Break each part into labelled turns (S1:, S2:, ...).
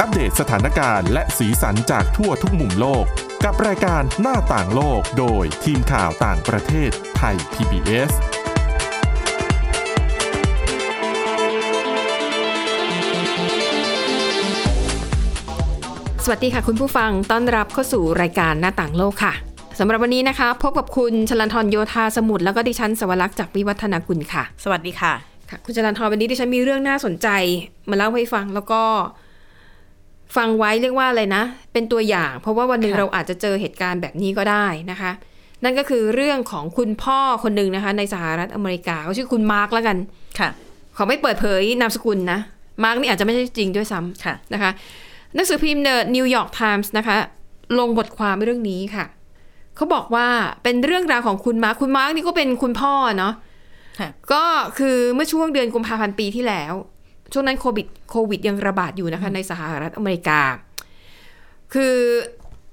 S1: อัปเดตสถานการณ์และสีสันจากทั่วทุกมุมโลก กับรายการหน้าต่างโลกโดยทีมข่าวต่างประเทศไทย PBS
S2: สวัสดีค่ะคุณผู้ฟังต้อนรับเข้าสู่รายการหน้าต่างโลกค่ะสำหรับวันนี้นะคะ พบกับคุณชลันทรโยธาสมุทรแล้วก็ดิฉันสวรักษ์จากวิวัฒนาคุณค่ะ
S3: สวัสดีค่ะ
S2: ค่ะ คุณชลันทรวันนี้ดิฉันมีเรื่องน่าสนใจมาเล่าให้ฟังแล้วก็ ฟังไว้เรียกว่าอะไรนะ เป็นตัวอย่าง เพราะว่าวันหนึ่ง
S3: ค่ะ
S2: เราอาจจะเจอเหตุการณ์แบบนี้ก็ได้นะคะ นั่นก็คือเรื่องของคุณพ่อคนหนึ่งนะคะ ในสหรัฐอเมริกาเขาชื่อคุณมาร์กแล้วกัน
S3: ค่ะ
S2: ขอไม่เปิดเผยนามสกุลนะ มาร์กนี่อาจจะไม่ใช่จริงด้วยซ้
S3: ค่ะ
S2: ำนะคะหนังสือพิมพ์ The New York Times นะคะ ลงบทความเรื่องนี้ค่ะ เขาบอกว่าเป็นเรื่องราวของคุณมาร์คคุณมาร์กนี่ก็เป็นคุณพ่อเนาะ
S3: ค่ะ
S2: ก็คือเมื่อช่วงเดือนกุมภาพันธ์ปีที่แล้ว ช่วงนั้นโควิดโควิดยังระบาดอยู่นะคะในสหรัฐอเมริกา คือ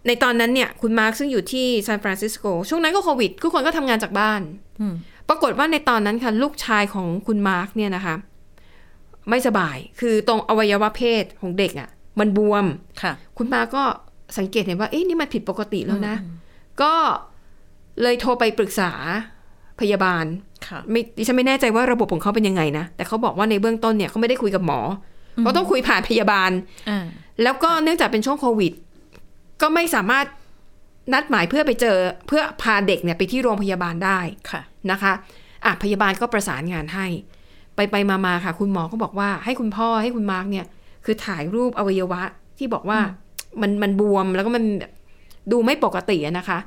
S2: ในตอนนั้นเนี่ยคุณมาร์คซึ่งอยู่ที่ซานฟรานซิสโกช่วงนั้นก็โควิดทุกคนก็ทำงานจากบ้าน
S3: อืม
S2: ปรากฏว่าในตอนนั้นค่ะลูกชายของคุณมาร์กเนี่ยนะคะ ไม่สบายคือตรงอวัยวะเพศของเด็กอะ่ะ มันบวม
S3: ค่ะ
S2: คุณมาก็สังเกตเห็นว่า เอ๊ะนี่มันผิดปกติแล้วนะ ก็เลยโทรไปปรึกษาพยาบาล
S3: ค่ะ
S2: ไม่ดิฉันไม่แน่ใจว่าระบบของเขาเป็นยังไงนะ แต่เขาบอกว่าในเบื้องต้นเนี่ยเขาไม่ได้คุยกับหมอเขาต้องคุยผ่านพยาบาล
S3: อ่า
S2: แล้วก็เนื่องจากเป็นช่วงโควิด ก็ไม่สามารถนัดหมายเพื่อไปเจอเพื่อพาเด็กเนี่ยไปที่โรงพยาบาลได้
S3: ค่ะ
S2: นะคะอ่ะพยาบาลก็ประสานงานให้ ไปไปมามาค่ะ คุณหมอก็บอกว่าให้คุณพ่อให้คุณมาร์กเนี่ย คือถ่ายรูปอวัยวะที่บอกว่ามันมันบวมแล้วก็มันแบบดูไม่ปกติอะนะคะ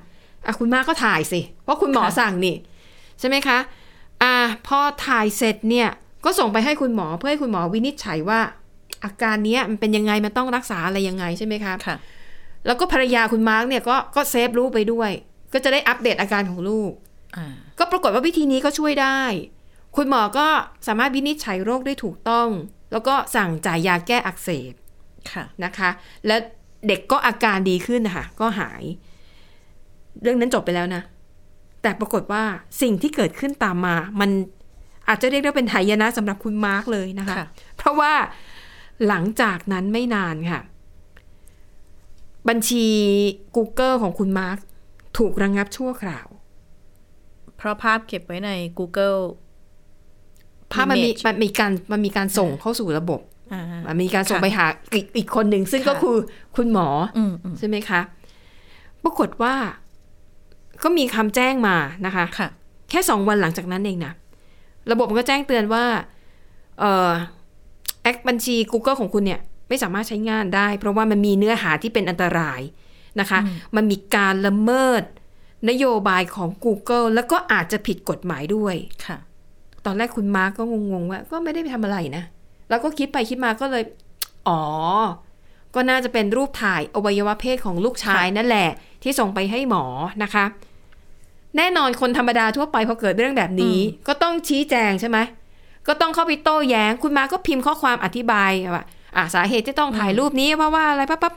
S2: อ่ะคุณมาร์กก็ถ่ายสิเพราะคุณหมอ
S3: ค่ะ
S2: สั่งนี่ ใช่ไหมคะอ่ะพอถ่ายเสร็จเนี่ยก็ส่งไปให้คุณหมอเพื่อให้คุณหมอวินิจฉัยว่า อาการเนี้ยมันเป็นยังไงมันต้องรักษาอะไรยังไงใช่ไหมคะ
S3: ค่ะ
S2: แล้วก็ภรรยาคุณมาร์กเนี่ยก็ก็เซฟรูปไปด้วย ก็จะได้อัปเดตอาการของลูก
S3: อ่า
S2: ก็ปรากฏว่าวิธีนี้ก็ช่วยได้ คุณหมอก็สามารถวินิจฉัยโรคได้ถูกต้อง แล้วก็สั่งจ่ายยาแก้อักเสบ
S3: ค่ะ
S2: นะคะ และเด็กก็อาการดีขึ้นนะคะ ก็หาย เรื่องนั้นจบไปแล้วนะ แต่ปรากฏว่าสิ่งที่เกิดขึ้นตามมา มันอาจจะเรียกได้เป็นหายนะสำหรับคุณมาร์กเลยนะคะ
S3: ค่ะ
S2: เพราะว่าหลังจากนั้นไม่นานค่ะ บัญชี Google ของคุณมาร์กถูกระงงับชั่วคราว
S3: เพราะภาพเก็บไว้ใน Google
S2: ภาพมันมี
S3: Image
S2: มันมีการมันมีการส่งเข้าสู่ระบบ
S3: อ่า
S2: มันมีการส่ง
S3: ค่ะ
S2: ไปหาอีกอีกคนหนึ่งซึ่งก็
S3: ค่ะ
S2: คือคุณหมอ
S3: อืมอืม
S2: ใช่ไหมคะ ปรากฏว่าก็มีคำแจ้งมานะคะ
S3: ค่ะ
S2: แค่สองวันหลังจากนั้นเองนะ ระบบมันก็แจ้งเตือนว่าเออแอคบัญชี Google ของคุณเนี่ย ไม่สามารถใช้งานได้ เพราะว่ามันมีเนื้อหาที่เป็นอันตรายนะคะ มันมีการละเมิดนโยบายของ Google แล้วก็อาจจะผิดกฎหมายด้วย
S3: ค่ะ
S2: ตอนแรกคุณมาร์กก็งงๆว่า ก็ไม่ได้ไปทำอะไรนะ แล้วก็คิดไปคิดมาก็เลย อ๋อ ก็น่าจะเป็นรูปถ่ายอวัยวะเพศของลูกชายนั่นแหละ ที่ส่งไปให้หมอนะคะ แน่นอนคนธรรมดาทั่วไปพอเกิดเรื่องแบบนี้ ก็ต้องชี้แจงใช่ไหม ก็ต้องเข้าไปโต้แย้ง คุณมาร์คก็พิมพ์ข้อความอธิบายว่าอ่ะสาเหตุที่ต้องถ่ายรูปนี้เพราะว่าอะไรปั๊บปั๊บ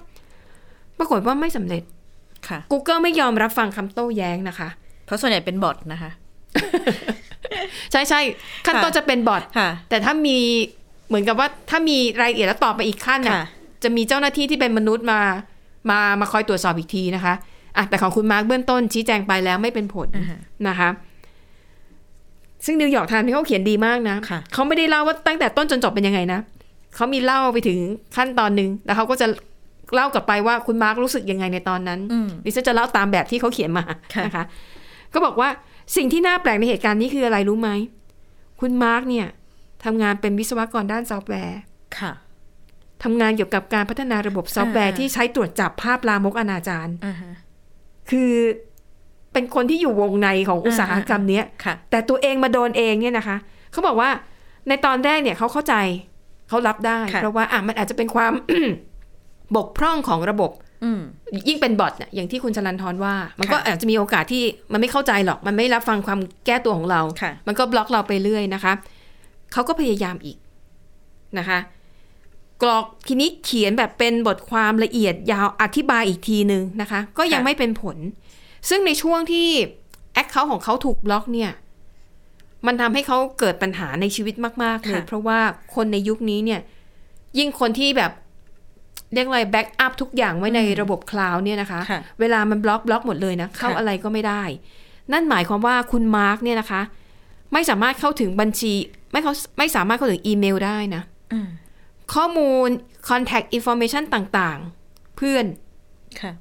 S2: ปรากฏว่าไม่สำเร็จ
S3: ค่ะ
S2: Google ไม่ยอมรับฟังคำโต้แย้งนะคะ
S3: เพราะส่วนใหญ่เป็นบอทนะคะ
S2: ใช่ใช่ขั้นต้น
S3: ค่ะ
S2: จะเป็นบอท
S3: ค่ะ
S2: แต่ถ้ามีเหมือนกับว่าถ้ามีรายละเอียดแล้วตอบไปอีกขั้นน่ะ
S3: ค่ะ
S2: จะมีเจ้าหน้าที่ที่เป็นมนุษย์มามามาคอยตรวจสอบอีกทีนะคะอ่ะแต่ของคุณมาร์คเบื้องต้นชี้แจงไปแล้วไม่เป็นผล
S3: อ่าฮะ
S2: นะคะ ซึ่งนิวยอร์กไทม์ที่เขาเขียนดีมากนะ
S3: ค่ะ
S2: เขาไม่ได้เล่าว่าตั้งแต่ต้นจนจบเป็นยังไงนะเขามีเล่าไปถึงขั้นตอนหนึ่งแล้วเขาก็จะเล่ากลับไปว่าคุณมาร์ครู้สึกยังไงในตอนนั้น
S3: อืม
S2: ดิฉันจะเล่าตามแบบที่เขาเขียนมา
S3: ค่ะ
S2: นะคะ ก็บอกว่าสิ่งที่น่าแปลกในเหตุการณ์นี้คืออะไรรู้ไหม คุณมาร์กเนี่ยทำงานเป็นวิศวกรด้านซอฟต์แวร์
S3: ค่ะ
S2: ทำงานเกี่ยวกับการพัฒนาระบบซอฟต์แวร์
S3: อ่า
S2: ที่ใช้ตรวจจับภาพลามกอนาจาร
S3: อ่าฮะ
S2: คือเป็นคนที่อยู่วงในของอุตสาหกรรมเนี้ย
S3: ค่ะ
S2: แต่ตัวเองมาโดนเองเนี่ยนะคะ เขาบอกว่าในตอนแรกเนี่ยเขาเข้าใจเขารับได้
S3: ค่ะ
S2: เพราะว่าอ่ะมันอาจจะเป็นความ บกพร่องของระบบ
S3: อืม
S2: ยิ่งเป็นบอทเนี่ยอย่างที่คุณชลันทรว่า มันก็
S3: ค่ะ
S2: อาจจะมีโอกาสที่มันไม่เข้าใจหรอก มันไม่รับฟังความแก้ตัวของเรา
S3: ค่ะ
S2: มันก็บล็อกเราไปเรื่อยนะคะ เขาก็พยายามอีกนะคะ กรอกทีนี้เขียนแบบเป็นบทความละเอียดยาวอธิบายอีกทีหนึ่งนะคะ ก็ยังไม่เป็นผล ซึ่งในช่วงที่แอคเคาท์ของเขาถูกบล็อกเนี่ย มันทำให้เขาเกิดปัญหาในชีวิตมาก ๆ เลย
S3: ค่ะ
S2: เพราะว่าคนในยุคนี้เนี่ย ยิ่งคนที่แบบ เรียกอะไรแบ็กอัพทุกอย่างไว้ในระบบคลาวด์เนี่ยนะคะ
S3: ค่ะ
S2: เวลามันบล็อกบล็อกหมดเลยนะ เข้า
S3: ค่ะ
S2: อะไรก็ไม่ได้ นั่นหมายความว่าคุณมาร์กเนี่ยนะคะ ไม่สามารถเข้าถึงบัญชี ไม่เขาไม่สามารถเข้าถึงอีเมลได้นะ
S3: อืม
S2: ข้อมูล Contact Information ต่างๆ เพื่อน
S3: ค่ะ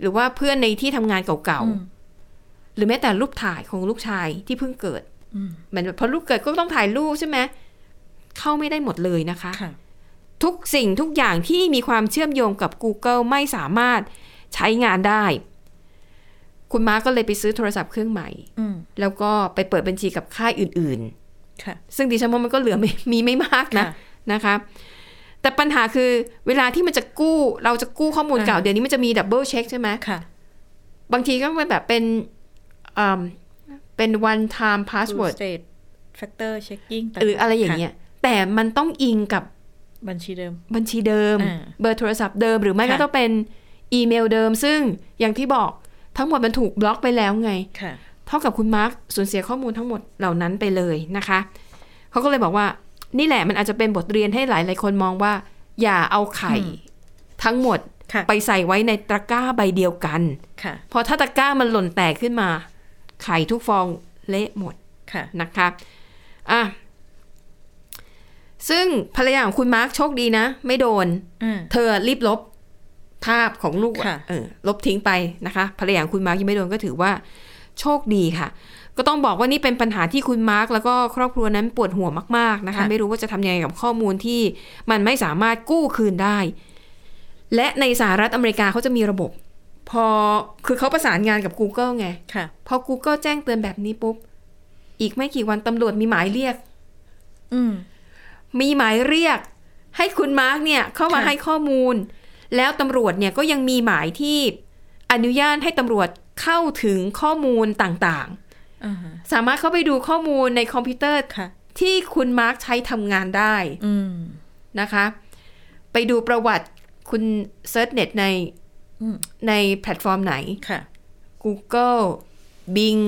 S2: หรือว่าเพื่อนในที่ทำงานเก่า
S3: อืม
S2: ๆ หรือแม้แต่รูปถ่ายของลูกชายที่เพิ่งเกิด
S3: อืม
S2: เหมือนแบบพอลูกเกิดก็ต้องถ่ายรูปใช่ไหมเข้าไม่ได้หมดเลยนะคะ
S3: ค่ะ
S2: ทุกสิ่งทุกอย่างที่มีความเชื่อมโยงกับ Google ไม่สามารถใช้งานได้ คุณมาร์คก็เลยไปซื้อโทรศัพท์เครื่องใหม่
S3: อืม
S2: แล้วก็ไปเปิดบัญชีกับค่ายอื่น
S3: ค่ะ
S2: ๆ ซึ่งดิฉันว่ามันก็เหลือไม่มีไม่มากนะ
S3: ค่ะ
S2: นะคะ แต่ปัญหาคือเวลาที่มันจะกู้เราจะกู้ข้อมูลเก่า
S3: อ่า
S2: เดี๋ยวนี้มันจะมีดับเบิลเช็คใช่ไหม
S3: ค่ะ
S2: บางทีก็เป็นแบบเป็นอืมเป็น one time password
S3: state factor checking ต่างๆ
S2: หรืออะไรอย่างเงี้
S3: ค่
S2: ย แต่มันต้องอิงกับ
S3: ะบัญชีเดิม
S2: บัญชีเดิม
S3: อ่า
S2: เบอร์โทรศัพท์เดิมหรือไม่ก็
S3: ค่ะ
S2: ต้องเป็นอีเมลเดิม ซึ่งอย่างที่บอกทั้งหมดมันถูกบล็อกไปแล้วไง
S3: ค่ะ
S2: เท่ากับคุณมาร์คสูญเสียข้อมูลทั้งหมดเหล่านั้นไปเลยนะคะ เขาก็เลยบอกว่า นี่แหละมันอาจจะเป็นบทเรียนให้หลายหลายๆคนมองว่า อย่าเอาไข่
S3: อืม
S2: ทั้งหมด
S3: ค่ะ
S2: ไปใส่ไว้ในตะกร้าใบเดียวกัน
S3: ค่ะ
S2: เพอถ้าตะกร้ามันหล่นแตกขึ้นมา ไข่ทุกฟองเละหมด
S3: ค่ะ
S2: นะคะอ่ะซึ่งภรรยาของคุณมาร์คโชคดีนะ ไม่โดน
S3: อืม
S2: เธอรีบลบภาพของลูกอะ
S3: ค่ะ
S2: เออลบทิ้งไปนะคะภรรยาของคุณมาร์คยังไม่โดนก็ถือว่าโชคดีค่ะ ก็ต้องบอกว่านี่เป็นปัญหาที่คุณมาร์คแล้วก็ครอบครัวนั้นปวดหัวมากๆนะคะ ไม่รู้ว่าจะทำยังไงกับข้อมูลที่มันไม่สามารถกู้คืนได้ และในสหรัฐอเมริกาเขาจะมีระบบ พอคือเขาประสานงานกับ Google ไง
S3: ค่ะ
S2: พอ Google แจ้งเตือนแบบนี้ปุ๊บ อีกไม่กี่วันตำรวจมีหมายเรียก
S3: อืม
S2: มีหมายเรียก ให้คุณมาร์กเนี่ยเข้ามา
S3: ค่ะ
S2: ให้ข้อมูล แล้วตำรวจเนี่ยก็ยังมีหมายที่อนุญาตให้ตำรวจเข้าถึงข้อมูลต่าง
S3: อ่าฮะ
S2: ๆ สามารถเข้าไปดูข้อมูลในคอมพิวเตอร์
S3: ค่ะ
S2: ที่คุณมาร์กใช้ทำงานได้
S3: อืม
S2: นะคะ ไปดูประวัติคุณเซิร์ชเน็ตใน
S3: อืม
S2: ในแพลตฟอร์มไหน
S3: ค่ะ
S2: Google Bing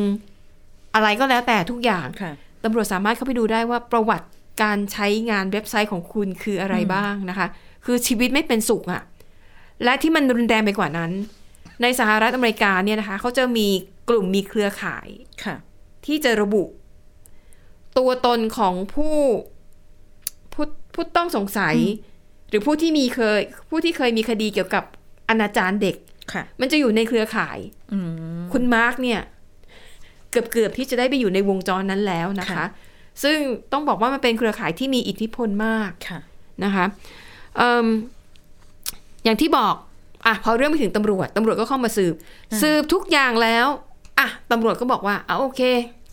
S2: อะไรก็แล้วแต่ทุกอย่าง
S3: ค่ะ
S2: ตำรวจสามารถเข้าไปดูได้ว่าประวัติการใช้งานเว็บไซต์ของคุณคืออะไรบ้างนะคะ คือชีวิตไม่เป็นสุขอะและที่มันรุนแรงไปกว่านั้น ในสหรัฐอเมริกาเนี่ยนะคะเขาจะมีกลุ่มมีเครือข่าย
S3: ค่ะ
S2: ที่จะระบุ ตัวตนของผู้ผู้ผู้ต้องสงสัย หรือผู้ที่มีเคย ผู้ที่เคยมีคดีเกี่ยวกับอนาจารเด็ก
S3: ค่ะ
S2: มันจะอยู่ในเครือข่าย
S3: อืม
S2: คุณมาร์กเนี่ย เกือบเกือบๆที่จะได้ไปอยู่ในวงจรนั้นแล้วนะคะ
S3: ค่ะ
S2: ซึ่งต้องบอกว่ามันเป็นเครือข่ายที่มีอิทธิพลมาก
S3: ค่ะ
S2: นะคะเอิ่มอย่างที่บอกอ่ะพอเรื่องไปถึงตำรวจตำรวจก็เข้ามาสืบ สืบทุกอย่างแล้วอ่ะตำรวจก็บอกว่าเอาโอเค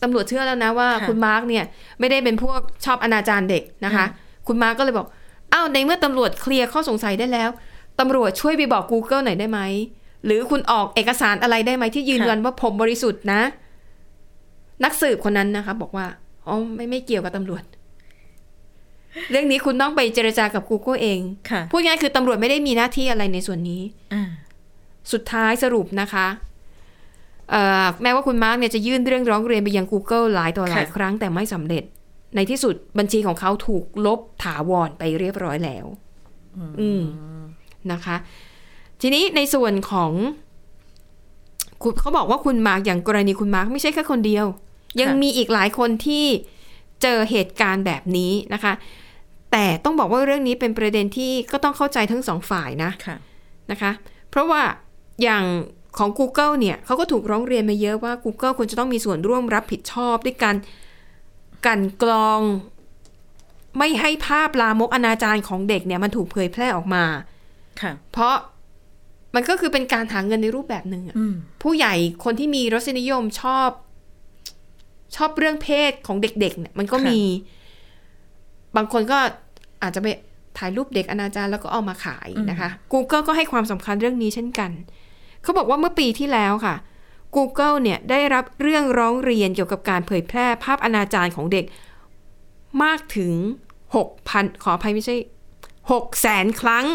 S2: ตำรวจเชื่อแล้วนะว่า
S3: ค่ะ
S2: คุณมาร์กเนี่ย ไม่ได้เป็นพวกชอบอนาจารเด็กนะคะ คุณมาร์กก็เลยบอกอ้าวในเมื่อตำรวจเคลียร์ข้อสงสัยได้แล้วตำรวจช่วยไปบอก Google หน่อยได้ไหมหรือคุณออกเอกสารอะไรได้ไหมที่ยืน
S3: ค่ะ
S2: ยันว่าผมบริสุทธิ์นะ นักสืบคนนั้นนะคะ บอกว่าอ๋อไม่ไม่เกี่ยวกับตำรวจ เรื่องนี้คุณต้องไปเจรจากับ Google เอง
S3: ค่ะ
S2: พูดง่ายคือตำรวจไม่ได้มีหน้าที่อะไรในส่วนนี้
S3: อ่า
S2: สุดท้ายสรุปนะคะเอ่อแม้ว่าคุณมาร์กเนี่ยจะยื่นเรื่องร้องเรียนไปยัง Google หลายต่อหลาย
S3: ค่ะ
S2: ครั้งแต่ไม่สำเร็จ ในที่สุดบัญชีของเขาถูกลบถาวรไปเรียบร้อยแล้ว อืมนะคะ ทีนี้ในส่วนของคุณเขาบอกว่าคุณมาร์กอย่างกรณีคุณมาร์กไม่ใช่แค่คนเดียว ยังมีอีกหลายคนที่เจอเหตุการณ์แบบนี้นะคะ แต่ต้องบอกว่าเรื่องนี้เป็นประเด็นที่ก็ต้องเข้าใจทั้งสองฝ่ายนะ
S3: ค่ะ
S2: นะคะ เพราะว่าอย่างของ Google เนี่ยเขาก็ถูกร้องเรียนมาเยอะว่า Google ควรจะต้องมีส่วนร่วมรับผิดชอบ ด้วยการกลันกรองไม่ให้ภาพลามกอนาจารของเด็กเนี่ยมันถูกเผยแพร่ออกมา
S3: ค่ะ
S2: เพราะมันก็คือเป็นการหาเงินในรูปแบบหนึ่งอะ
S3: อืม
S2: ผู้ใหญ่คนที่มีรสนิยมชอบ ชอบเรื่องเพศของเด็กๆเนี่ยมันก็
S3: ค่ะ
S2: มี บางคนก็อาจจะไปถ่ายรูปเด็กอนาจารแล้วก็เอามาขายนะคะ Google ก็ให้ความสำคัญเรื่องนี้เช่นกัน เขาบอกว่าเมื่อปีที่แล้วค่ะ Google เนี่ยได้รับเรื่องร้องเรียนเกี่ยวกับการเผยแพร่ภาพอนาจารของเด็กมากถึง 6,000 ขออภัยไม่ใช่600,000 ครั้ง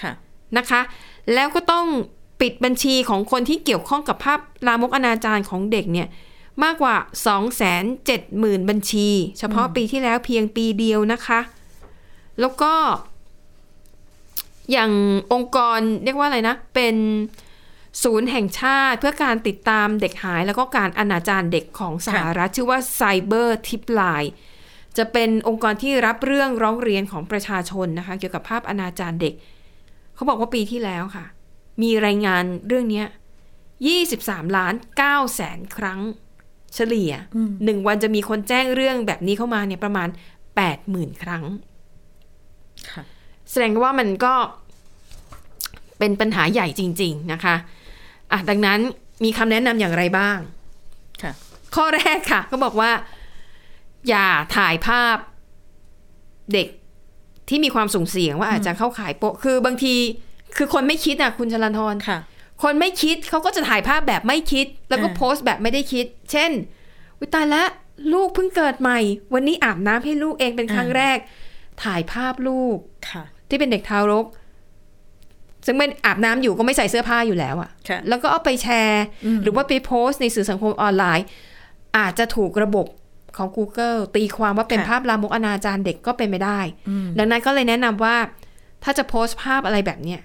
S3: ค่ะ
S2: นะคะ แล้วก็ต้องปิดบัญชีของคนที่เกี่ยวข้องกับภาพลามกอนาจารของเด็กเนี่ยมากกว่า 270,000 บัญชี เฉพาะปีที่แล้วเพียงปีเดียวนะคะ แล้วก็ อย่างองค์กรเรียกว่าอะไรนะ เป็นศูนย์แห่งชาติเพื่อการติดตามเด็กหายแล้วก็การอนาจารเด็กของสหรัฐ ชื่อว่า Cyber Tip Line จะเป็นองค์กรที่รับเรื่องร้องเรียนของประชาชนนะคะ เกี่ยวกับภาพอนาจารเด็ก เขาบอกว่าปีที่แล้วค่ะ มีรายงานเรื่องเนี้ย23 ล้าน9แสนครั้ง เฉลี่ย
S3: อืม
S2: หนึ่งวันจะมีคนแจ้งเรื่องแบบนี้เข้ามาเนี่ยประมาณ 80,000 ครั้ง
S3: ค่ะ
S2: แสดงว่ามันก็เป็นปัญหาใหญ่จริง ๆนะคะอ่ะดังนั้นมีคำแนะนำอย่างไรบ้าง
S3: ค่ะ
S2: ข้อแรกค่ะ ก็บอกว่า อย่าถ่ายภาพเด็กที่มีความสุ่มเสี่ยงว่าอาจจะเข้าขายโปะคือบางที คือคนไม่คิดอ่ะคุณชลันทร
S3: ค่ะ
S2: คนไม่คิดเขาก็จะถ่ายภาพแบบไม่คิด แล้วก็
S3: อ่า
S2: โพสต์แบบไม่ได้คิด เช่นวิตายละลูกเพิ่งเกิดใหม่ วันนี้อาบน้ำให้ลูกเองเป็นครั้งแรก ถ่ายภาพลูก
S3: ค่ะ
S2: ที่เป็นเด็กทารก ซึ่งเป็นอาบน้ำอยู่ก็ไม่ใส่เสื้อผ้าอยู่แล้วอะ
S3: ค่ะ
S2: แล้วก็เอาไปแชร์
S3: อืม
S2: หรือว่าไปโพสต์ในสื่อสังคมออนไลน์ อาจจะถูกระบบของ Google ตีความว่าเป็น
S3: ค่ะ
S2: ภาพลามกอนาจารเด็กก็เป็นไม่ได้
S3: อืม
S2: ดังนั้นก็เลยแนะนำว่า ถ้าจะโพสต์ภาพอะไรแบบเนี้ย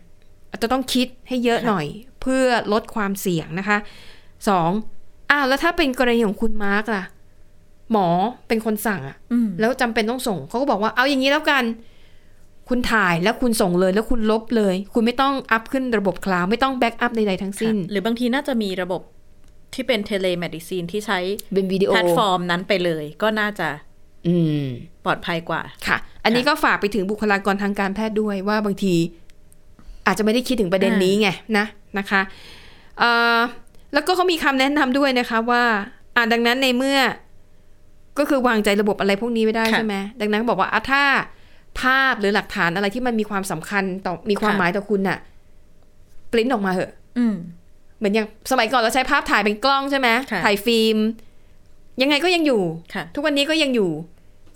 S2: อาจจะต้องคิดให้เยอะ
S3: ค่ะ
S2: หน่อย เพื่อลดความเสี่ยงนะคะสองอ้าวแล้วถ้าเป็นกรณีของคุณมาร์กล่ะ หมอเป็นคนสั่งอะ
S3: อืม
S2: แล้วจำเป็นต้องส่งเขาก็บอกว่าเอาอย่างนี้แล้วกัน คุณถ่ายแล้วคุณส่งเลยแล้วคุณลบเลย คุณไม่ต้องอัพขึ้นระบบคลาวด์ไม่ต้องแบ็กอัพใดๆทั้งสิ้น
S3: ค่ะหรือบางทีน่าจะมีระบบที่เป็นเทเลเมดิซีนที่ใช้
S2: เป็นวิดีโอ
S3: แพลตฟอร์มนั้นไปเลย ก็น่าจะ
S2: อืม
S3: ปลอดภัยกว่า
S2: ค่ะ อันนี้ก็ฝากไปถึงบุคลากรทางการแพทย์ด้วยว่าบางที อาจจะไม่ได้คิดถึงประเด็นนี้ไงนะนะคะเอ่อแล้วก็เขามีคำแนะนำด้วยนะคะว่าอ่าดังนั้นในเมื่อ ก็คือวางใจระบบอะไรพวกนี้ไม่ได้
S3: ค่ะ
S2: ใช่ไหมดังนั้นบอกว่าอ่ะถ้าภาพหรือหลักฐานอะไรที่มันมีความสำคัญต่อมีความ
S3: ค่ะ
S2: หมายต่อคุณน่ะปริ้นออกมาเหอะ
S3: อืม
S2: เหมือนอย่างสมัยก่อนเราใช้ภาพถ่ายเป็นกล้องใช่ไหม
S3: ค่ะ
S2: ถ่ายฟิล์ม ยังไงก็ยังอยู่
S3: ค่ะ
S2: ทุกวันนี้ก็ยังอยู่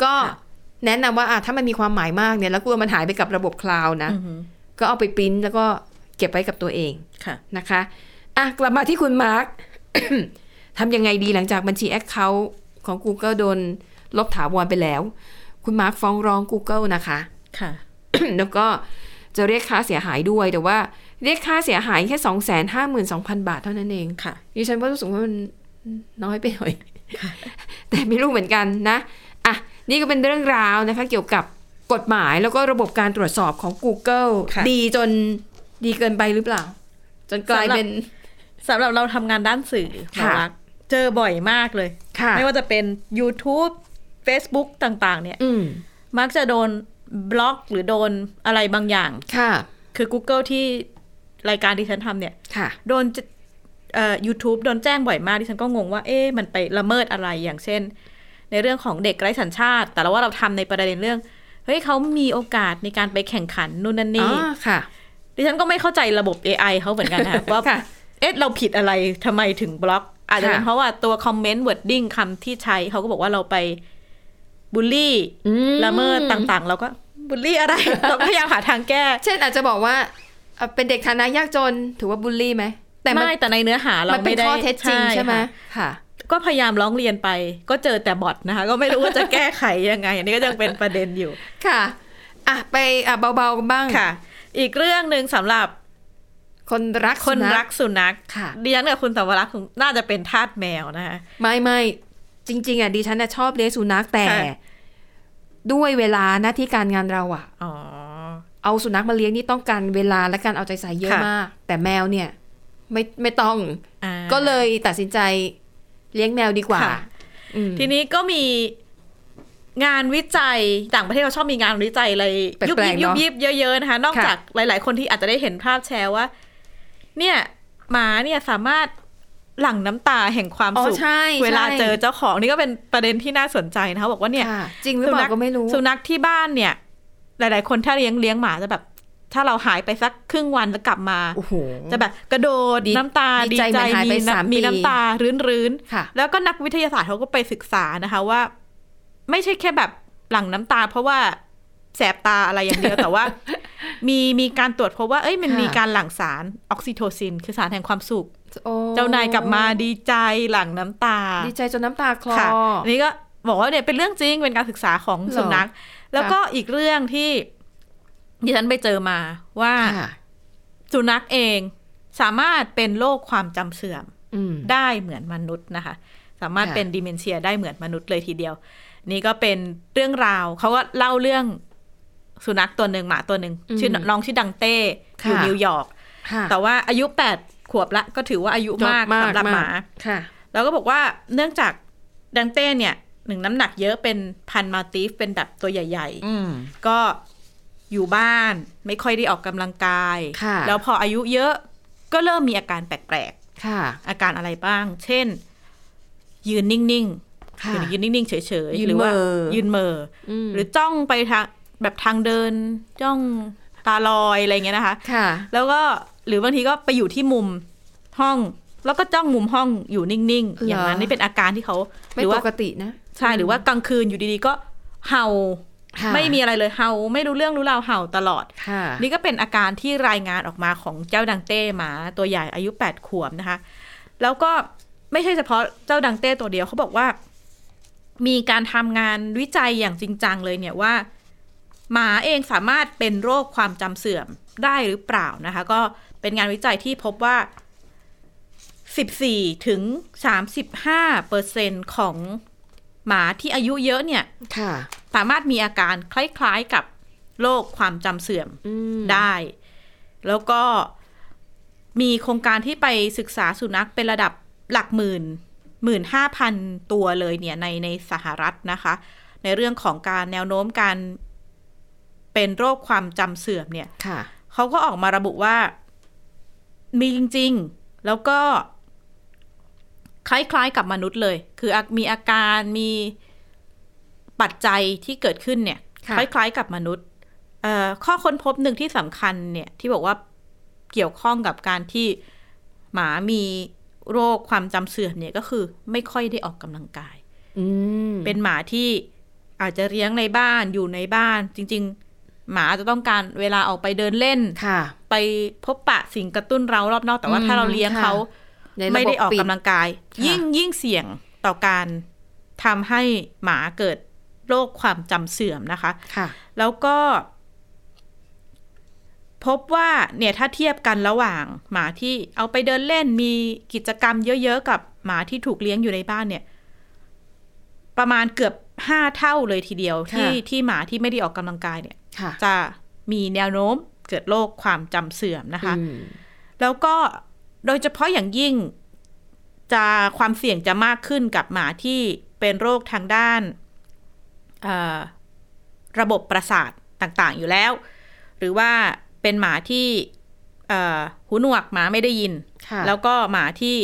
S2: ก็
S3: ค่ะ
S2: แนะนำว่าอ่ะถ้ามันมีความหมายมากเนี่ย แล้วกลัวมันหายไปกับระบบคลาวด์นะ
S3: อือหือ
S2: ก็เอาไปปริ้นแล้วก็เก็บไว้กับตัวเอง
S3: ค่ะ
S2: นะคะอ่ะกลับมาที่คุณมาร์ค ทำยังไงดีหลังจากบัญชีแอคเคาท์ของ Google โดนลบถาวรไปแล้ว คุณมาร์คฟ้องร้อง Google นะคะ
S3: ค่ะ
S2: แล้วก็จะเรียกค่าเสียหายด้วยแต่ว่าเรียกค่าเสียหายแค่สองแสนห้าหมื่นสองพันบาทเท่านั้นเอง
S3: ค่ะ
S2: ดิฉันว่ารู้สึกว่ามันน้อยไปหน่อย แต่ไม่รู้เหมือนกันนะ อ่ะ นี่ก็เป็นเรื่องราวนะคะ เกี่ยวกับกฎหมายแล้วก็ระบบการตรวจสอบของ Google
S3: ค่ะ
S2: ดีจนดีเกินไปหรือเปล่า จนกลาย
S3: สำหรับ
S2: เป็น
S3: สำหรับเราทำงานด้านสื่อหมอ
S2: ค่ะ
S3: รักเจอบ่อยมากเลย
S2: ค่ะ
S3: ไม่ว่าจะเป็น YouTube Facebook ต่างๆ เนี่ย
S2: อืม
S3: มักจะโดนบล็อกหรือโดนอะไรบางอย่าง
S2: ค่ะ
S3: คือ Google ที่รายการที่ฉันทำเนี่ย
S2: ค่ะ
S3: โดนจะเอ่อ YouTube โดนแจ้งบ่อยมากดิฉันก็งงว่า เอ๊ะมันไปละเมิดอะไรอย่างเช่น ในเรื่องของเด็กไร้สัญชาติ แต่เราว่าเราทำในประเด็นเรื่องเฮ้ยเขามีโอกาสในการไปแข่งขันนู่นนั่น
S2: อ๋อ
S3: นี่
S2: ค่ะ
S3: ดิฉันก็ไม่เข้าใจระบบ AI เขาเหมือนกันนะ ว่า
S2: ค่ะ
S3: เอ๊ะเราผิดอะไรทำไมถึงบล็อก อาจจะเป็น
S2: ค่ะ
S3: เพราะว่าตัวคอมเมนต์วอร์ดดิ้งคำที่ใช้เขาก็บอกว่าเราไปบูลลี่
S2: อื
S3: ละเมิดต่างๆ เราก็บูล ลี่อะไร เราก็พยายามหาทางแก้
S2: เช่นอาจจะบอกว่าเอ่อเป็นเด็กฐานะยากจนถือว่าบูลลี่ไหม แต่มัน
S3: ไม่แต่ในเนื้อหาเรา
S2: มันเป็น
S3: ไม่ได้
S2: ข้อเท็จจริงใช่ไหม
S3: ค่ะ
S2: ค่ะ
S3: ก็พยายามร้องเรียนไป ก็เจอแต่บอทนะคะ ก็ไม่รู้ว่าจะแก้ไขยังไง อันนี้ก็ยังเป็นประเด็นอยู่
S2: ค่ะ อ่ะ ไปอ่ะเบาๆกันบ้าง
S3: ค่ะ อีกเรื่องหนึ่งสำหรับ
S2: คนรัก
S3: คน
S2: สุ
S3: รั
S2: นั
S3: ก
S2: ข
S3: สุนัข
S2: ค่ะ
S3: ดิฉันกับคุณสาวรักษ์น่าจะเป็นทาสแมวนะคะ
S2: ไม่ไม่จริง ๆอ่ะดิฉันน่ะชอบเลี้ยงสุนัขแต่
S3: ค่ะ
S2: ด้วยเวลาหน้าที่การงานเราอ่ะ
S3: อ๋อ
S2: เอาสุนัขมาเลี้ยงนี่ต้องการเวลาและการเอาใจใส่เยอะ
S3: ค่ะ
S2: มาก แต่แมวเนี่ย ไม่ไม่ต้อง
S3: อ่า
S2: ก็เลยตัดสินใจเลี้ยงแมวดีกว่า
S3: ค่ะ
S2: อืม
S3: ทีนี้ก็มีงานวิจัยต่างประเทศเราชอบมีงานวิจัยอะไร
S2: แปลกๆ
S3: ยุบยิบ
S2: เนอะ
S3: ยุบยิบเยอะๆนะคะ นอก
S2: ค่ะ
S3: จากหลาย ๆ คนที่อาจจะได้เห็นภาพแชร์ว่า เนี่ยหมาเนี่ยสามารถหลั่งน้ำตาแห่งความ
S2: อ๋อ
S3: สุข
S2: ใช่
S3: เวลา
S2: ใช่
S3: เจอเจ้าของนี่ก็เป็นประเด็นที่น่าสนใจนะคะบอกว่าเนี่ย
S2: ค่ะจริงหรือเปล่าก็ไม่รู้
S3: สุนัขที่บ้านเนี่ย หลาย ๆ คนถ้าเลี้ยงเลี้ยงหมาจะแบบ ถ้าเราหายไปสักครึ่งวันแล้วกลับมา
S2: โอ้โห
S3: จะแบบกระโดด
S2: ดี
S3: น้ำตา
S2: ดีใจเหมือนหายไป
S3: มี
S2: สามปี
S3: น้ำมีน้ำตารื้นรื้น
S2: ค่ะ
S3: ๆแล้วก็นักวิทยาศาสตร์เขาก็ไปศึกษานะคะว่า ไม่ใช่แค่แบบหลั่งน้ำตา เพราะว่าแสบตาอะไรอย่างเดียว แต่ว่า มีมีการตรวจพบว่าเอ้ยมัน
S2: ค่ะ
S3: มีการหลั่งสารออกซิโทซิน คือสารแห่งความสุข
S2: โอ้
S3: เจ้านายกลับมาดีใจหลั่งน้ำตา
S2: ดีใจจนน้ำตาคลอ
S3: ค่ะอันนี้ก็บอกว่าเนี่ยเป็นเรื่องจริงเป็นการศึกษาของ
S2: เหรอ
S3: สุนัขแล้วก็อีกเรื่องที่ ดิฉันไปเจอมาว่า
S2: ค่ะ
S3: สุนัขเองสามารถเป็นโรคความจำเสื่อม
S2: อืม
S3: ได้เหมือนมนุษย์นะคะ สามารถ
S2: ค่ะ
S3: เป็นดิเมนเชียได้เหมือนมนุษย์เลยทีเดียว นี่ก็เป็นเรื่องราวเขาก็เล่าเรื่องสุนัขตัวหนึ่งหมาตัวหนึ่งชื่อน้องชื่อดังเต้อยู่นิวยอร์ก
S2: ค่ะ
S3: แต่ว่าอายุแปดขวบละก็ถือว่าอายุมากสำหรับหมา
S2: ค่ะ
S3: แล้วก็บอกว่าเนื่องจากดังเต้เนี่ยหนึ่งน้ำหนักเยอะเป็นพันมาติฟเป็นแบบตัวใหญ่ ๆ
S2: อืม
S3: ก็อยู่บ้านไม่ค่อยได้ออกกำลังกาย
S2: ค่ะ
S3: แล้วพออายุเยอะก็เริ่มมีอาการแปลก
S2: ค่ะ
S3: ๆ อาการอะไรบ้าง เช่น ยืนนิ่งๆ
S2: ค่ะ
S3: หรือยืนนิ่งๆเฉย
S2: ยื
S3: ๆ
S2: น
S3: หรืว่า
S2: เหม่อ
S3: ยืนเหมอ
S2: ม
S3: หรือจ้องไปทางแบบทางเดิน จ้องตาลอยอะไรอย่างเงี้ยนะคะ
S2: ค่ะ
S3: แล้วก็หรือบางทีก็ไปอยู่ที่มุมห้อง แล้วก็จ้องมุมห้องอยู่นิ่ง
S2: เหรอ
S3: ๆ
S2: อ
S3: อย่างนั้นนี่เป็นอาการที่เขาห
S2: ไม่
S3: รือ
S2: ป
S3: ว่าก
S2: ตินะ
S3: ใช่หรือว่ากลางคืนอยู่ดีๆก็เห่า
S2: ค่ะ
S3: ไม่มีอะไรเลยเห่าไม่รู้เรื่องรู้ราวเห่าตลอด
S2: ค่ะ
S3: นี่ก็เป็นอาการที่รายงานออกมาของเจ้าดังเต้หมาตัวใหญ่อายุ 8 ขวบนะคะ แล้วก็ไม่ใช่เฉพาะเจ้าดังเต้ตัวเดียวเขาบอกว่า มีการทำงานวิจัยอย่างจริงจังเลยเนี่ยว่า หมาเองสามารถเป็นโรคความจำเสื่อมได้หรือเปล่านะคะ ก็เป็นงานวิจัยที่พบว่า 14ถึง35เปอร์เซ็นของหมาที่อายุเยอะเนี่ย
S2: ค่ะ
S3: สามารถมีอาการคล้ายๆกับโรคความจำเสื่อม
S2: อืม
S3: ได้ แล้วก็มีโครงการที่ไปศึกษาสุนัขเป็นระดับหลักหมื่นหมื่นห้าพันตัวเลยเนี่ยในในสหรัฐนะคะ ในเรื่องของการแนวโน้มการเป็นโรคความจำเสื่อมเนี่ย
S2: ค่ะ
S3: เขาก็ออกมาระบุว่ามีจริง ๆ แล้วก็คล้ายๆกับมนุษย์เลย คืออามีอาการมีปัจจัยที่เกิดขึ้นเนี่ย
S2: ค่ะ
S3: คล้ายๆกับมนุษย์เอ่อข้อค้นพบหนึ่งที่สำคัญเนี่ย ที่บอกว่าเกี่ยวข้องกับการที่หมามีโรคความจำเสื่อมเนี่ยก็คือ ไม่ค่อยได้ออกกำลังกาย
S2: อืม
S3: เป็นหมาที่อาจจะเลี้ยงในบ้านอยู่ในบ้าน จริง ๆ หมาจะต้องการเวลาออกไปเดินเล่น
S2: ค่ะ
S3: ไปพบปะสิ่งกระตุ้นเรารอบนอกแต่ว่า
S2: อืม
S3: ถ้าเราเลี้ยง
S2: ค่ะ
S3: เขา
S2: ในระบบ
S3: ไม่ได้ออก
S2: ปิ
S3: กำลังกาย
S2: ค่ะ
S3: ยิ่งยิ่งเสี่ยงต่อการทำให้หมาเกิดโรคความจำเสื่อมนะคะ
S2: ค่ะ
S3: แล้วก็ พบว่าเนี่ยถ้าเทียบกันระหว่าง หมาที่เอาไปเดินเล่นมีกิจกรรมเยอะๆกับหมาที่ถูกเลี้ยงอยู่ในบ้านเนี่ย ประมาณเกือบห้าเท่าเลยทีเดียว
S2: ค่ะ
S3: ที่ที่หมาที่ไม่ได้ออกกำลังกายเนี่ย
S2: ค่ะ
S3: จะมีแนวโน้มเกิดโรคความจำเสื่อมนะคะ
S2: อืม
S3: แล้วก็โดยเฉพาะอย่างยิ่งจะความเสี่ยงจะมากขึ้นกับหมาที่เป็นโรคทางด้านเอ่อระบบประสาทต่างๆอยู่แล้ว หรือว่าเป็นหมาที่เอ่อหูหนวกหมาไม่ได้ยิน
S2: ค่ะ
S3: แล้วก็หมาที่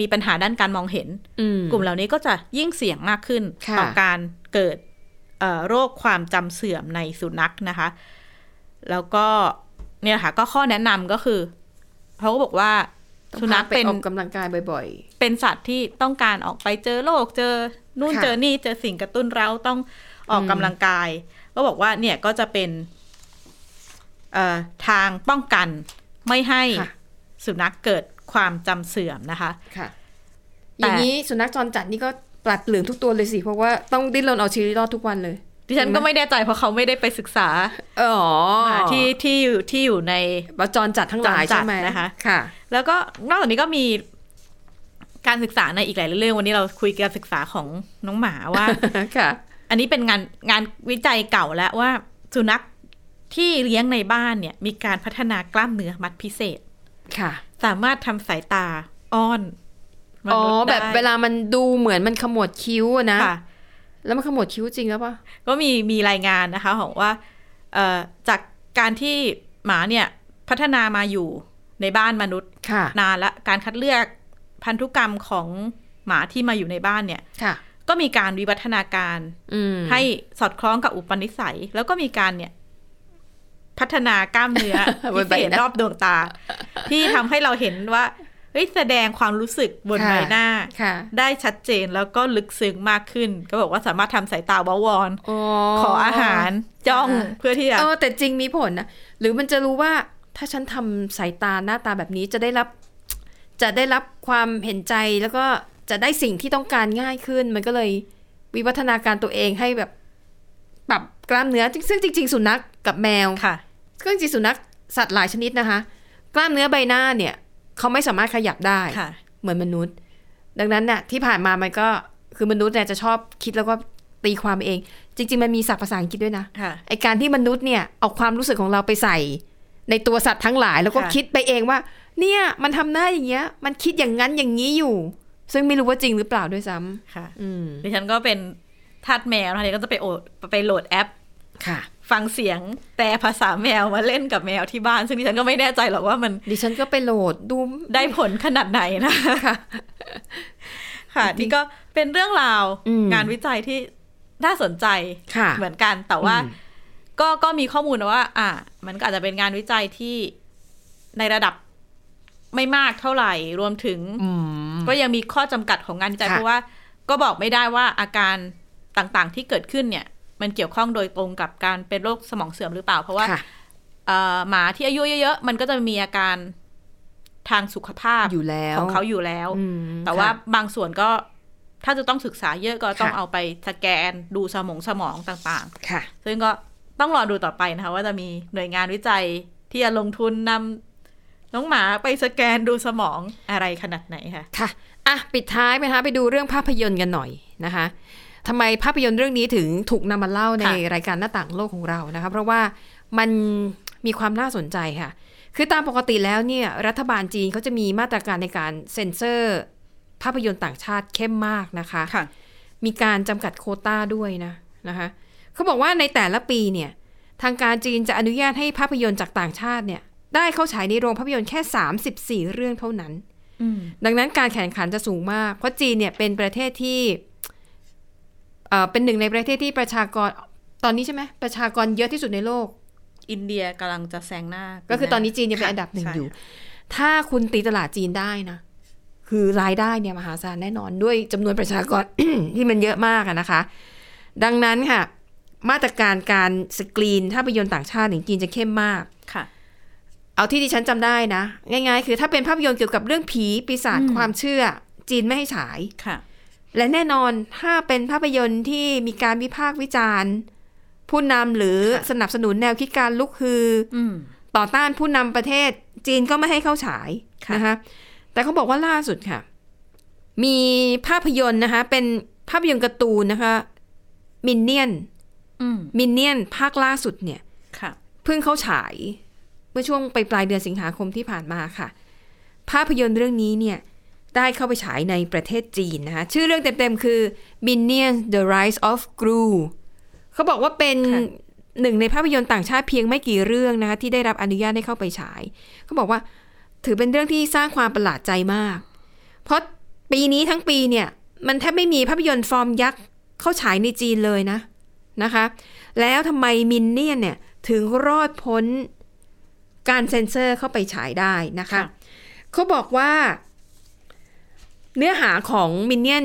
S3: มีปัญหาด้านการมองเห็น
S2: อืม
S3: กลุ่มเหล่านี้ก็จะยิ่งเสี่ยงมากขึ้น
S2: ค่ะ
S3: ต่อการเกิดเอ่อโรคความจำเสื่อมในสุนัขนะคะ แล้วก็เนี่ยค่ะ ก็ข้อแนะนำก็คือเขาก็บอกว่า
S2: ต้อง
S3: สุนัข
S2: พาไป
S3: เป็น
S2: ออกกำลังกายบ่อย
S3: เป็นสัตว์ที่ต้องการออกไปเจอโลกเจอนู่น
S2: ค่ะ
S3: เจอนี่เจอสิ่งกระตุ้นเราต้องออก
S2: อืม
S3: กำลังกาย ก็บอกว่าเนี่ยก็จะเป็นเอ่อทางป้องกันไม่ให้
S2: ๆ ค่ะ
S3: สุนัขเกิดความจำเสื่อมนะคะ
S2: ค่ะ อ
S3: แต่
S2: ย่างนี้สุนัขจรจัดนี่ก็ปลัดเปลืองทุกตัวเลยสิ เพราะว่าต้องดิ้นรนเอาชีวิตรอดทุกวันเลย
S3: ดิฉันก็ไม่แน่ใจเพราะเขาไม่ได้ไปศึกษา
S2: อ๋อ
S3: อ่าที่ที่อยู่ที่อยู่ใน
S2: ว่าจรจัดทั้งหลาย
S3: จรจัด
S2: ใช่ไหม
S3: นะคะ
S2: ค่ะ
S3: แล้วก็นอกจากนี้ก็มีการศึกษาในอีกหลายเรื่องวันนี้เราคุยการศึกษาของน้องหมาว่า
S2: ค่ะ
S3: อันนี้เป็นงานงานวิจัยเก่าแล้วว่าสุนัขที่เลี้ยงในบ้านเนี่ย มีการพัฒนากล้ามเนื้อมัดพิเศษ
S2: ค่ะ
S3: สามารถทำสายตาอ้อนม
S2: อ๋อ
S3: นุษย์
S2: แบบ
S3: ได้
S2: เวลามันดูเหมือนมันขมวดคิ้วอะนะ
S3: ค่ะ
S2: แล้วมันขมวดคิ้วจริงแล้วปะ
S3: ก็มีมีรายงานนะคะของว่าเอ่อจากการที่หมาเนี่ยพัฒนามาอยู่ในบ้านมนุษย์
S2: ค่ะ
S3: นานละการคัดเลือกพันธุกรรมของหมาที่มาอยู่ในบ้านเนี่ย
S2: ค่ะ
S3: ก็มีการวิวัฒนาการ
S2: อืม
S3: ให้สอดคล้องกับอุปนิสัย แล้วก็มีการเนี่ย พัฒนากล้ามเนื้อ
S2: บ
S3: พิ
S2: นใบ
S3: เศษ
S2: หน้าร
S3: อบดวง ตา ที่ทำให้เราเห็นว่าเฮ้ยแสดงความรู้สึกบน
S2: ค่ะ
S3: ใบหน้า
S2: ค่ะ
S3: ได้ชัดเจนแล้วก็ลึกซึ้งมากขึ้น ก็บอกว่าสามารถทำสายตาวาวอน
S2: อ๋อ
S3: ขออาหารจ้อง
S2: อ่า
S3: เพื่อที่จะ
S2: เออแต่จริงมีผลนะ หรือมันจะรู้ว่าถ้าฉันทำสายตาหน้าตาแบบนี้จะได้รับ จะได้รับความเห็นใจแล้วก็จะได้สิ่งที่ต้องการง่ายขึ้น มันก็เลยวิวัฒนาการตัวเองให้แบบปรับกล้ามเนื้อซึ่งจริง ๆ สุนัขกกับแมว
S3: ค่ะ
S2: ก็จริงๆสุนัขสัตว์หลายชนิดนะคะ กล้ามเนื้อใบหน้าเนี่ย เขาไม่สามารถขยับได้
S3: ค่ะ
S2: เหมือนมนุษย์ ดังนั้นน่ะที่ผ่านมามันก็คือมนุษย์เนี่ยจะชอบคิดแล้วก็ตีความเอง จริง ๆ มันมีศัพท์ภาษาอังกฤษด้วยนะ
S3: ค่ะ
S2: ไอการที่มนุษย์เนี่ยเอาความรู้สึกของเราไปใส่ ในตัวสัตว์ทั้งหลายแล้วก็
S3: ค่ะ
S2: คิดไปเองว่า เนี่ยมันทำหน้าอย่างเงี้ย มันคิดอย่างนั้นอย่างนี้อยู่ ซึ่งไม่รู้ว่าจริงหรือเปล่าด้วยซ้ำ
S3: ค่ะ
S2: อืม
S3: ดิฉันก็เป็นทาสแมวนะคะเดี๋ยวก็จะไปโอดไปโหลดแอป
S2: ค่ะ
S3: ฟังเสียงแต่ภาษาแมวมาเล่นกับแมวที่บ้าน ซึ่งดิฉันก็ไม่แน่ใจหรอกว่ามัน
S2: ดิฉันก็ไปโหลดดู
S3: ได้ผลขนาดไหนนะ
S2: ค่ะ
S3: ค่ะนี่ก็เป็นเรื่องราว
S2: อืม
S3: งานวิจัยที่น่าสนใจ
S2: ค่ะ
S3: เหมือนกันแต่ว่า
S2: อืม
S3: ก็ก็มีข้อมูลนะว่า อ่ะมันก็อาจจะเป็นงานวิจัยที่ในระดับไม่มากเท่าไหร่ รวมถึง
S2: อืม
S3: ก็ยังมีข้อจำกัดของงานวิจัย
S2: ค่ะ
S3: เพราะว่า ก็บอกไม่ได้ว่าอาการต่างๆที่เกิดขึ้นเนี่ย มันเกี่ยวข้องโดยตรงกับการเป็นโรคสมองเสื่อมหรือเปล่า เพราะว่า
S2: ค่ะ
S3: เอ่อหมาที่อายุเยอะๆ มันก็จะมีอาการทางสุขภาพ
S2: อยู่แล้ว
S3: ของเขาอยู่แล้ว
S2: อืม
S3: แต่ว่า
S2: ค่ะ
S3: บางส่วนก็ถ้าจะต้องศึกษาเยอะก็ต้อง
S2: ค่ะ
S3: เอาไปสแกนดูสมองสมองต่าง
S2: ค่ะ
S3: ๆ ซึ่งก็ต้องรอดูต่อไปนะคะ ว่าจะมีหน่วยงานวิจัยที่จะลงทุนนำน้องหมาไปสแกนดูสมองอะไรขนาดไหนค่ะ
S2: ค่ะ อ่ะ ปิดท้ายไปนะคะ ไปดูเรื่องภาพยนตร์กันหน่อยนะคะทำไมภาพยนตร์เรื่องนี้ถึงถูกนำมาเล่าใน
S3: ค่ะ
S2: รายการหน้าต่างโลกของเรานะคะ เพราะว่ามันมีความน่าสนใจค่ะ คือตามปกติแล้วเนี่ย รัฐบาลจีนเขาจะมีมาตรการในการเซ็นเซอร์ ภาพยนตร์ต่างชาติเข้มมากนะคะ
S3: ค่ะ
S2: มีการจำกัดโควต้าด้วยนะนะคะเขาบอกว่าในแต่ละปีเนี่ยทางการจีนจะอนุญาตให้ภาพยนตร์จากต่างชาติเนี่ยได้เข้าฉายในโรงภาพยนตร์แค่ 34 เรื่องเท่านั้น
S3: อืม
S2: ดังนั้นการแข่งขันจะสูงมาก เพราะจีนเนี่ยเป็นประเทศที่เอ่อเป็นหนึ่งในประเทศที่ประชากรตอนนี้ใช่ไหมประชากรเยอะที่สุดในโลก
S3: อินเดียกำลังจะแซงหน้า
S2: ก็คือตอนนี้จีนยังเป็น
S3: ค่ะ
S2: อันดับหนึ่ง
S3: ใช่
S2: อยู่ ถ้าคุณตีตลาดจีนได้นะ คือรายได้เนี่ยมหาศาลแน่นอนด้วยจำนวนประชากร ที่มันเยอะมากอะนะคะ ดังนั้นค่ะ มาตรการการสกรีนภาพยนตร์ต่างชาติของจีนจะเข้มมาก
S3: ค่ะ
S2: เอาที่ดิฉันจำได้นะ ง่ายๆ คือถ้าเป็นภาพยนตร์เกี่ยวกับเรื่องผีปีศาจ
S3: อืม
S2: ความเชื่อ จีนไม่ให้ฉาย
S3: ค่ะ
S2: และแน่นอนถ้าเป็นภาพยนตร์ที่มีการวิพากษ์วิจารณ์ ผู้นำหรือ
S3: ค่ะ
S2: สนับสนุนแนวคิดการลุกฮือ
S3: อืม
S2: ต่อต้านผู้นำประเทศจีนก็ไม่ให้เข้าฉาย
S3: ค่ะ
S2: นะคะแต่เขาบอกว่าล่าสุดค่ะ มีภาพยนตร์นะคะ เป็นภาพยนตร์การ์ตูนนะคะมินเนี่ยน
S3: อืม
S2: มินเนี่ยนภาคล่าสุดเนี่ย
S3: ค่ะ
S2: เพิ่งเข้าฉาย เมื่อช่วงไปปลายเดือนสิงหาคมที่ผ่านมาค่ะ ภาพยนตร์เรื่องนี้เนี่ย ได้เข้าไปฉายในประเทศจีนนะคะ ชื่อเรื่องเต็มๆคือ Minions: The Rise of Gru เขาบอกว่าเป็น
S3: ค่ะ
S2: หนึ่งในภาพยนตร์ต่างชาติเพียงไม่กี่เรื่องนะคะ ที่ได้รับอนุญาตให้เข้าไปฉาย เขาบอกว่าถือเป็นเรื่องที่สร้างความประหลาดใจมาก เพราะปีนี้ทั้งปีเนี่ย มันแทบไม่มีภาพยนตร์ฟอร์มยักษ์เข้าฉายในจีนเลยนะนะคะ แล้วทำไมมินเนี่ยนเนี่ย ถึงรอดพ้นการเซ็นเซอร์เข้าไปฉายได้นะคะ
S3: ค่ะ
S2: เขาบอกว่า เนื้อหาของมินเนี่ยน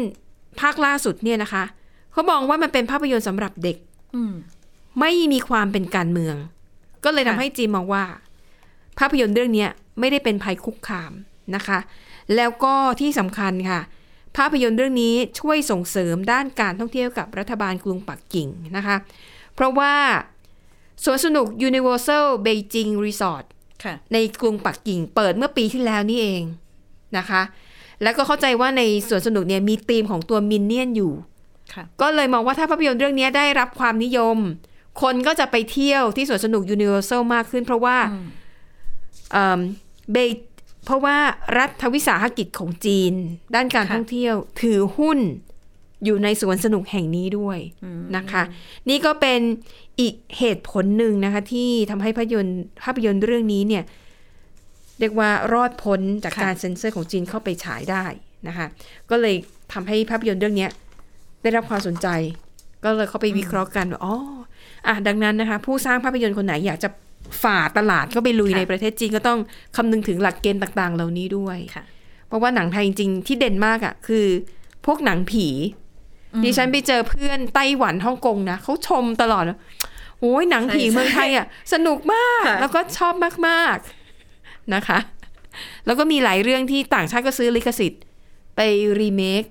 S2: ภาคล่าสุดเนี่ยนะคะ เขามองว่ามันเป็นภาพยนตร์สำหรับเด็ก
S3: อืม
S2: ไม่มีความเป็นการเมือง ก็เลยทำ
S3: ค่ะ
S2: ให้จีนมองว่า ภาพยนตร์เรื่องเนี้ยไม่ได้เป็นภัยคุกคามนะคะ แล้วก็ที่สำคัญค่ะ ภาพยนตร์เรื่องนี้ช่วยส่งเสริมด้านการท่องเที่ยวกับรัฐบาลกรุงปักกิ่งนะคะ เพราะว่าสวนสนุก Universal Beijing Resort
S3: ค่ะ
S2: ในกรุงปักกิ่งเปิดเมื่อปีที่แล้วนี่เองนะคะ แล้วก็เข้าใจว่าในสวนสนุกเนี่ยมีธีมของตัวมินเนี่ยนอยู่
S3: ค่ะ
S2: ก็เลยมองว่าถ้าภาพยนตร์เรื่องนี้ได้รับความนิยม คนก็จะไปเที่ยวที่สวนสนุกยูนิเวอร์แซลมากขึ้น เพราะว่า
S3: อืม
S2: เอิ่มเบเพราะว่ารัฐวิสาหกิจของจีน ด้านการ
S3: ค่ะ
S2: ท่องเที่ยวถือหุ้นอยู่ในสวนสนุกแห่งนี้ด้วย
S3: อืม
S2: นะคะ นี่ก็เป็นอีกเหตุผลหนึ่งนะคะ ที่ทำให้ภาพยนตร์ภาพยนตร์เรื่องนี้เนี่ย เรียกว่ารอดพ้นจาก
S3: ค่ะ
S2: การเซ็นเซอร์ของจีนเข้าไปฉายได้นะคะ ก็เลยทำให้ภาพยนตร์เรื่องเนี้ย ได้รับความสนใจ ก็เลยเขาไปวิเคราะห์กันว่าอ๋ออ่ะดังนั้นนะคะ ผู้สร้างภาพยนตร์คนไหนอยากจะฝ่าตลาดก็ไปลุย
S3: ค่ะ
S2: ในประเทศจีนก็ต้องคำนึงถึงหลักเกณฑ์ต่าง ๆ เหล่านี้ด้วย
S3: ค่ะ
S2: เพราะว่าหนังไทยจริงๆที่เด่นมากอะ่ะ คือพวกหนังผีดิฉันไปเจอเพื่อนไต้หวันฮ่องกงนะเขาชมตลอดนะโอ้ยหนังผี
S3: ใช่
S2: เมืองไทยอะ่ะ สนุกมาก
S3: ค่ะ
S2: แล้วก็ชอบมากๆนะคะ แล้วก็มีหลายเรื่องที่ต่างชาติก็ซื้อลิขสิทธิ์ ไปรีเมค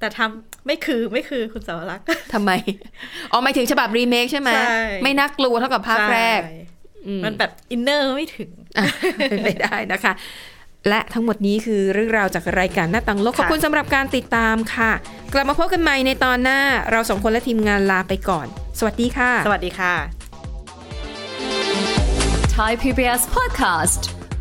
S3: แต่ทำไม่คือไม่คือคุณสาวรักษ์
S2: ทำไม อ๋อหมายถึงฉบับรีเมคใช่ไหม
S3: ใช่
S2: ไม่น่ากลัวเท่ากับภาคแรก
S3: ใช่
S2: อื
S3: มันแบบอินเนอร์ไม่ถึง
S2: อ่ะเป็น ไปได้นะคะ และทั้งหมดนี้คือเรื่องราวจากรายการหน้าต่างโลก ข
S3: ค่ะ
S2: อบคุณสำหรับการติดตามค่ะ กลับมาพบกันใหม่ในตอนหน้า เราสองคนและทีมงานลาไปก่อน สวัสดีค่ะ
S3: สวัสดีค่ะ
S4: Thai PBS podcast.